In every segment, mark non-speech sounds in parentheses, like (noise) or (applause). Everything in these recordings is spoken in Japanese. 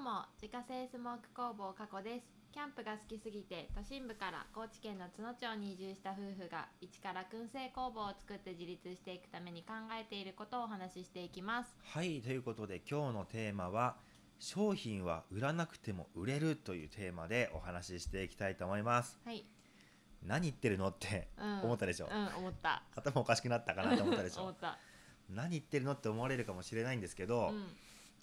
も自家製スモーク工房加古ですキャンプが好きすぎて都心部から高知県の津野町に移住した夫婦が一から燻製工房を作って自立していくために考えていることをお話ししていきますはいということで今日のテーマは「商品は売らなくても売れる」というテーマでお話ししていきたいと思いますはい、何言ってるのってうん、思ったでしょ、うん思った頭おかしくなったかなと思ったでし思 (laughs) ょった何言ってるのって思われるかもしれないんですけうど、ん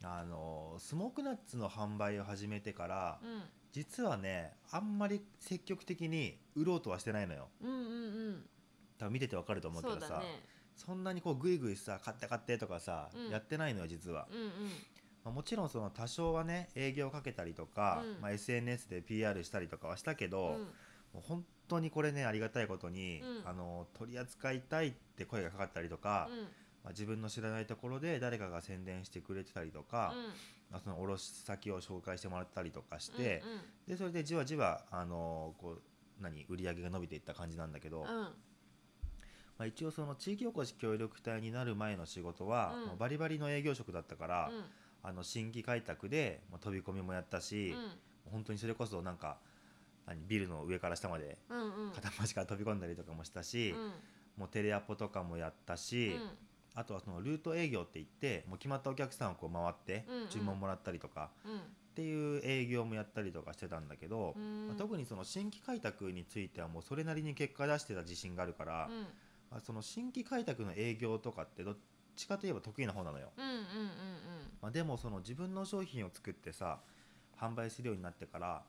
あのスモークナッツの販売を始めてから、うん実はねあんまり積極的に売ろうとはしてないのようんうん多分見ててわかるとう思んうけそどうさだねそんなにこうグイグイさ買って買ってとかさ、うんやってないのよ実は、うんうんまあ、もちろんその多少はね営業かけたりとか、うんまあ、SNS で PR したりとかはしたけうど、んもう本当にこれねありがたいことに、うんあの取り扱いたいって声がかかったりとか、うんまあ、自分の知らないところで誰かが宣伝してくれてたりとか、うんまあ、その卸先を紹介してもらったりとかしてう、んでそれでじわじわ、あのこう何売り上げが伸びていった感じなんだけど、うんうんまあ、一応その地域おこし協力隊になる前の仕事は、うんもうバリバリの営業職だったから、あの新規開拓で、まあ、飛び込みもやったし、本当にそれこそなんか何ビルの上から下までうんうんうん片っ端から飛び込んだりとかもしたし、うんもうテレアポとかもやったし、うんあとはそのルート営業って言ってもう決まったお客さんをこう回ってうんうん注文もらったりとかうんっていう営業もやったりとかしてたんだけど、まあ特にその新規開拓についてはもうそれなりに結果出してた自信があるから、うんまあ、その新規開拓の営業とかってどっちかといえば得意な方なのよ。うんうんうんまあ、でもその自分の商品を作ってさ販売するようになってから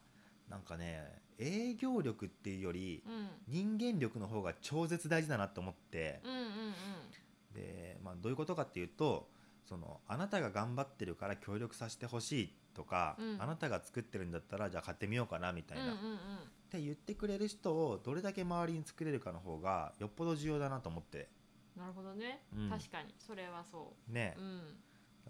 なんかね営業力っていうよりうんうん人間力の方が超絶大事だなと思ってうんうんうんで、まあ、どういうことかっていうとそのあなたが頑張ってるから協力させてほしいとか、うんあなたが作ってるんだったらじゃあ買ってみようかなみたいな、うっんうんうんて言ってくれる人をどれだけ周りに作れるかの方がよっぽど重要だなと思ってなるほどね、うん確かにそれはそねう、うんだか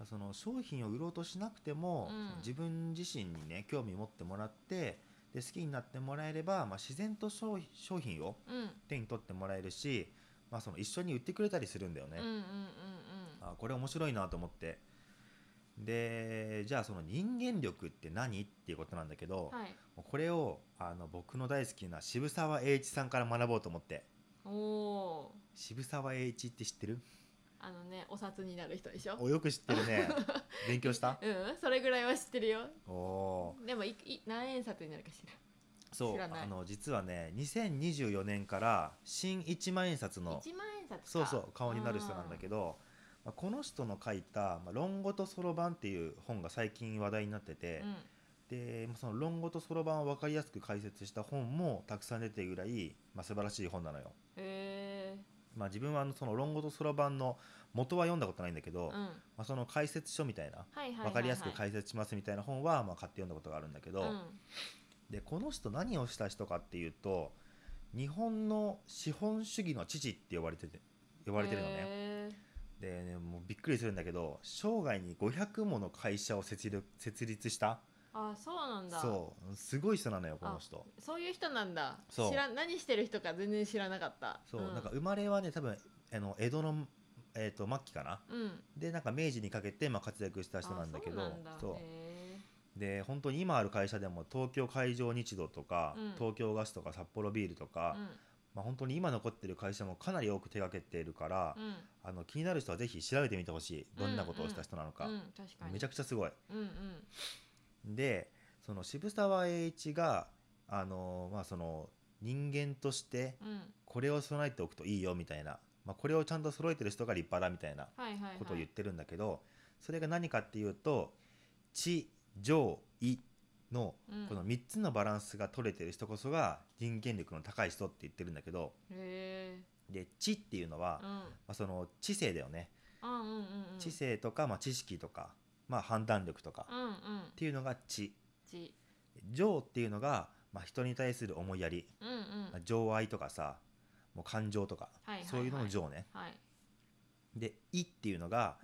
らその商品を売ろうとしなくても、うんその自分自身にね興味持ってもらってで好きになってもらえれば、まあ、自然と商品商品をうん、手に取ってもらえるし、まあ、その一緒に売ってくれたりするんだよねうん、うんうんあこれ面白いなと思ってでじゃあその人間力って何っていうことなんだけど、うんはいもうこれをあの僕の大好きな渋沢栄一さんから学ぼうと思っておおー渋沢栄一って知ってるあのねお札になる人でしょおよく知ってる (laughs) ね勉強したうんそれぐらいは知ってるよおおーでもいい何円札になるかしらそう知らないあの実はね2024年から新一万円札の1万円札かそうそう顔になる人なんだけど、まあ、この人の書いた「まあ、論語とそろばん」っていう本が最近話題になってて、うんでまあその論語とそろばんを分かりやすく解説した本もたくさん出てるぐらい、まあ、素晴らしい本なのよ。へえまあ、自分はあのその論語とそろばんの元は読んだことないんだけど、うんまはあ、その解説書みたいないはいはい、はい、分かりやすく解説しますみたいな本はまあ買って読んだことがあるんだけど、うんでこの人何をした人かっていうと日本の資本主義の父って呼ばれてて呼ばれてるのね。へーでねもうびっくりするんだけど生涯に500もの会社を設立設立したあそうなんだそうすごい人なのよこの人。うそういう人なんだそう知ら何してる人か全然知らなかったそう、ん、なんか生まれはね多分あの江戸の、えー、と末期かなうんでなんか明治にかけて、まあ、活躍したあ人そうななんんだだけけどどで本当に今ある会社でも東京海上日動とか、うん東京ガスとか札幌ビールとか、まあ、本当に今残ってる会社もかなり多く手がけているから、うんあの気になる人はぜひ調べてみてほしいどんなことをした人なのか、うん、確かにめちゃくちゃすごいうんうんでその渋沢栄一があのまあその人間としてうんこれを備えておくといいよみたいな、まあ、これをちゃんと揃えてる人が立派だみたいなはいはい、はい、ことを言ってるんだけど、それが何かっていうと「地上位」のうんこの3つのバランスが取れてる人こそが人間力の高い人って言ってるんだけどへえで「知」っていうのは、うまんあ、その知性だよねうんうんうんうん知性とか、まあ、知識とか、まあ、判断力とかうんうんっていうのが知ち情っていうのが、まあ、人に対する思いやり、うんうんまあ情愛とかさもう感情とか、はいはいはいそういうのの情ねはいで「意」っていうのが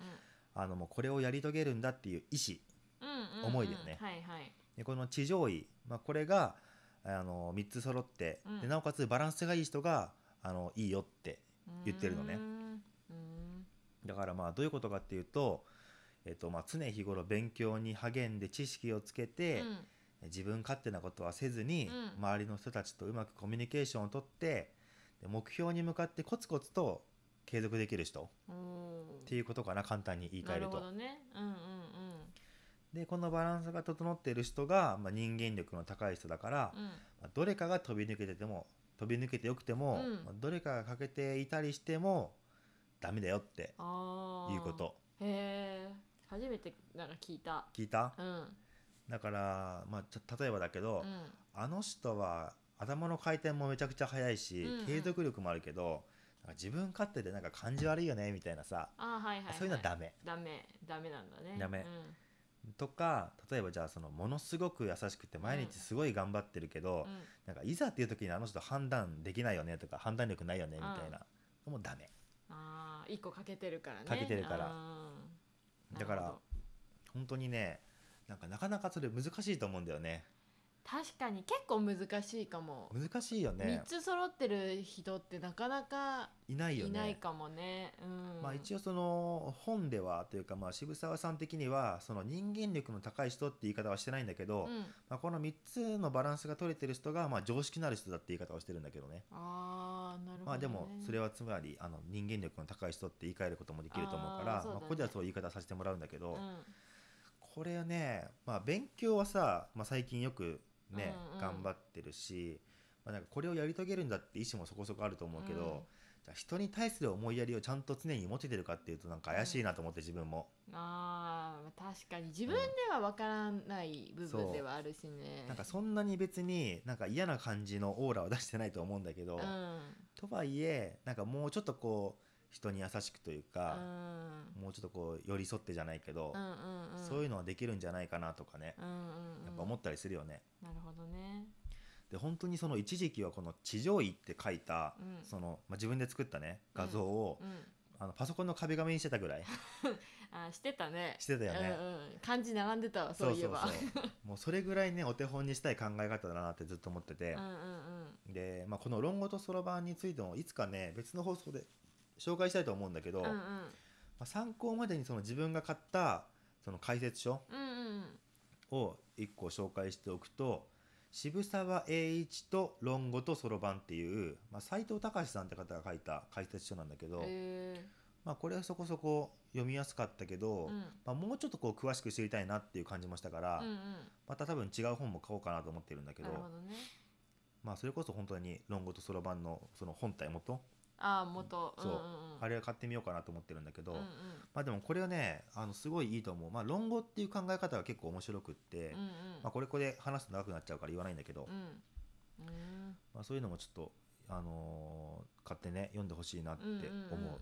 あのもうこれをやり遂げるんだっていう意志うんうんうんうん思いだよねはいはいでこの地上位、まあ、これがあの3つ揃って、うんでなおかつバランスがいい人があのいいよってうーん言ってるのねうーんだからまあどういうことかっていうとえっとまあ、常日頃勉強に励んで知識をつけて、自分勝手なことはせずに、うん周りの人たちとうまくコミュニケーションをとってで目標に向かってコツコツと継続できる人っうんおーていうことかな簡単に言い換えなるるとほどねうんうんでこのバランスが整っている人が、まあ、人間力の高い人だから、うんうんまあどれかが飛び抜けてても飛び抜けてよくても、うんまあどれかが欠けていたりしてもダメだよってああいうことへえ初めてなんか聞いた聞いたうんうんだから、まあ、ちょ例えばだけど、あの人は頭の回転もめちゃくちゃ速いし、うんうん継続力もあるけどなんか自分勝手でなんか感じ悪いよねみたいなさ、あーはいはい、はい、そういうのはダメダメダメなんだねダメうんとか例えばじゃあそのものすごく優しくて毎日すごい頑張ってるけど、うんなんかいざっていう時にあの人判断できないよねとか判断力ないよねみたいなのもダメああ一個欠けてるからね欠けてるからうんだからなるほど本当にねなんかなかなかそれ難しいと思うんだよね確かに結構難しいかも、難しいよ三ね3つ揃ってる人ってなかなかいないよいねないかもねうんまあ、一応応その本ではというかまあ渋沢さん的にはその人間力の高い人って言い方はしてないんだけど、うん、まあ、この3つのバランスが取れてる人がまあ常識のある人だって言い方をしてるんだけどね。ああなるほど、ね、まあでもそれはつまりあの人間力の高い人って言い換えることもできると思うからあーそうだまあ、ねここではそういう言い方させてもらうんだけど、うんこれはね、まあ、勉強はさ、まあ、最近よくね、うんうん頑張ってるし、まあ、なんかこれをやり遂げるんだって意思もそこそこあると思うけど、うんじゃあ人に対する思いやりをちゃんと常に持ててるかっていうとなんか怪しいなと思って自分も、あー確かに自分では分からない部分ではあるしね、なんかそんなに別になんか嫌な感じのオーラは出してないと思うんだけど、うんとはいえなんかもうちょっとこう人に優しくといううか、んもうちょっとこう寄り添ってじゃないけど、うんうんうんそうういうのはできるんじゃないかなとかね、んうんうんやっぱ思ったりするよね。なるほどねで本当にその一時期はこの「地上位」って書いた、うんそのまあ、自分で作ったね画像を、うんあのパソコンの壁紙にしてたぐらいあしてたねしてたよね。うんうん、漢字並んでたわそういえばそうそうそう (laughs) もうそれぐらいねお手本にしたい考え方だなってずっと思っててう、んうんうんで、まあ、この「論語とそろばん」についてもいつかね別の放送で紹介したいと思うんだけど、うんうまんあ、参考までにその自分が買ったその解説書うんうんを1個紹介しておくと渋沢栄一と論語とそろばんっていう、まあ、斉藤隆さんって方が書いた解説書なんだけど、えまあ、これはそこそこ読みやすかったけーど、うんまあ、もうちょっとこう詳しく知りたいなっていう感じもしたから、うんうんまた多分違う本も買おうかなと思ってるんだけなどるほどねまあ、それこそ本当に論語とそろばんのその本体元、ああ元そうんんうん、あれを買ってみようかなと思ってるんだけど、うんうんまあ、でもこれはねあのすごいいいと思う、まあ、論語っていう考え方が結構面白くって、うんうんまあ、これこれ話すと長くなっちゃうから言わないんだけど、うんうんまあ、そういうのもちょっと、あのー買ってね読んでほしいなって思うう,、んうんうん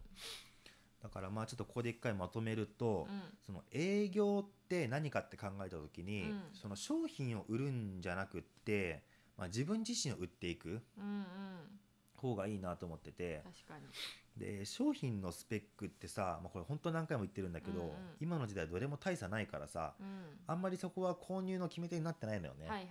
だからまあちょっとここで一回まとめると、うんその営業って何かって考えた時に、うんその商品を売るんじゃなくって、まあ、自分自身を売っていくうんうん方がいいなと思ってて確かにで商品のスペックってさ、まあ、これ本当何回も言ってるんだけど、うんうん今の時代はどれも大差ないからさうんあんまりそこは購入の決め手になってないのよね、はいはい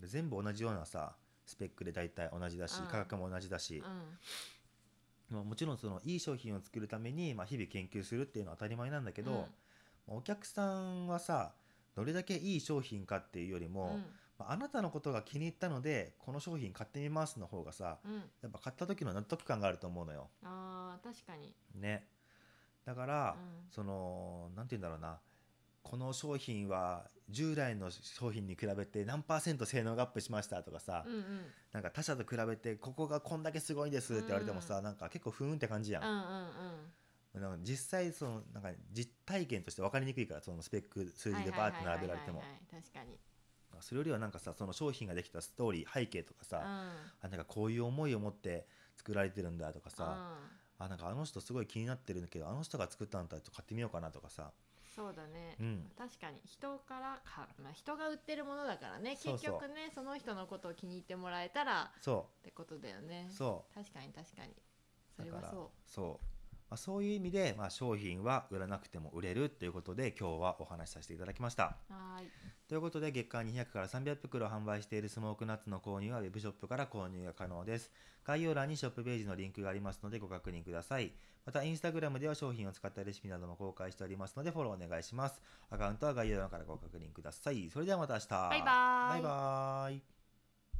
で全部同じようなさスペックで大体同じだし、うん価格も同じだし、うんまあ、もちろんそのいい商品を作るために、まあ、日々研究するっていうのは当たり前なんだけど、うんまあお客さんはさどれだけいい商品かっていうよりも、まあ、あなたのことが気に入ったのでこの商品買ってみますの方がさうんうんやっぱ買った時の納得感があると思うのよ。あー確かにね、だかうら、んそのなんて言うんだろうなこの商品は従来の商品に比べて何パーセント性能がアップしましたとかさ、うんうんうんなんか他社と比べてここがこんだけすごいですって言われてもさ、なんか結構ふーんって感じやんう、んなんか実際そのなんか実体験として分かりにくいからそのスペック数うん字でバーって並べられてもはいはいはいはいはい確かにそれよりはなんかさその商品ができたストーリー背景とかうさ、んあなんかこういう思いを持って作られてるんだとかさ、うんあなんかあの人すごい気になってるんだけどあの人が作ったんだったらちょっと買ってみようかなとかさそうだね、うん確かに人からか、まあ、人が売ってるものだからねそうそう結局ねその人のことを気に入ってもらえたらそってことだよねうそ確かに確かにうそれはだからそそうまあ、そういう意味で、まあ、商品は売らなくても売れるということで今日はお話しさせていただきましたはーいということで月間200から300袋販売しているスモークナッツの購入はウェブショップから購入が可能です概要欄にショップページのリンクがありますのでご確認くださいまたインスタグラムでは商品を使ったレシピなども公開しておりますのでフォローお願いしますアカウントは概要欄からご確認くださいそれではまた明日ババイバーイバイバーイ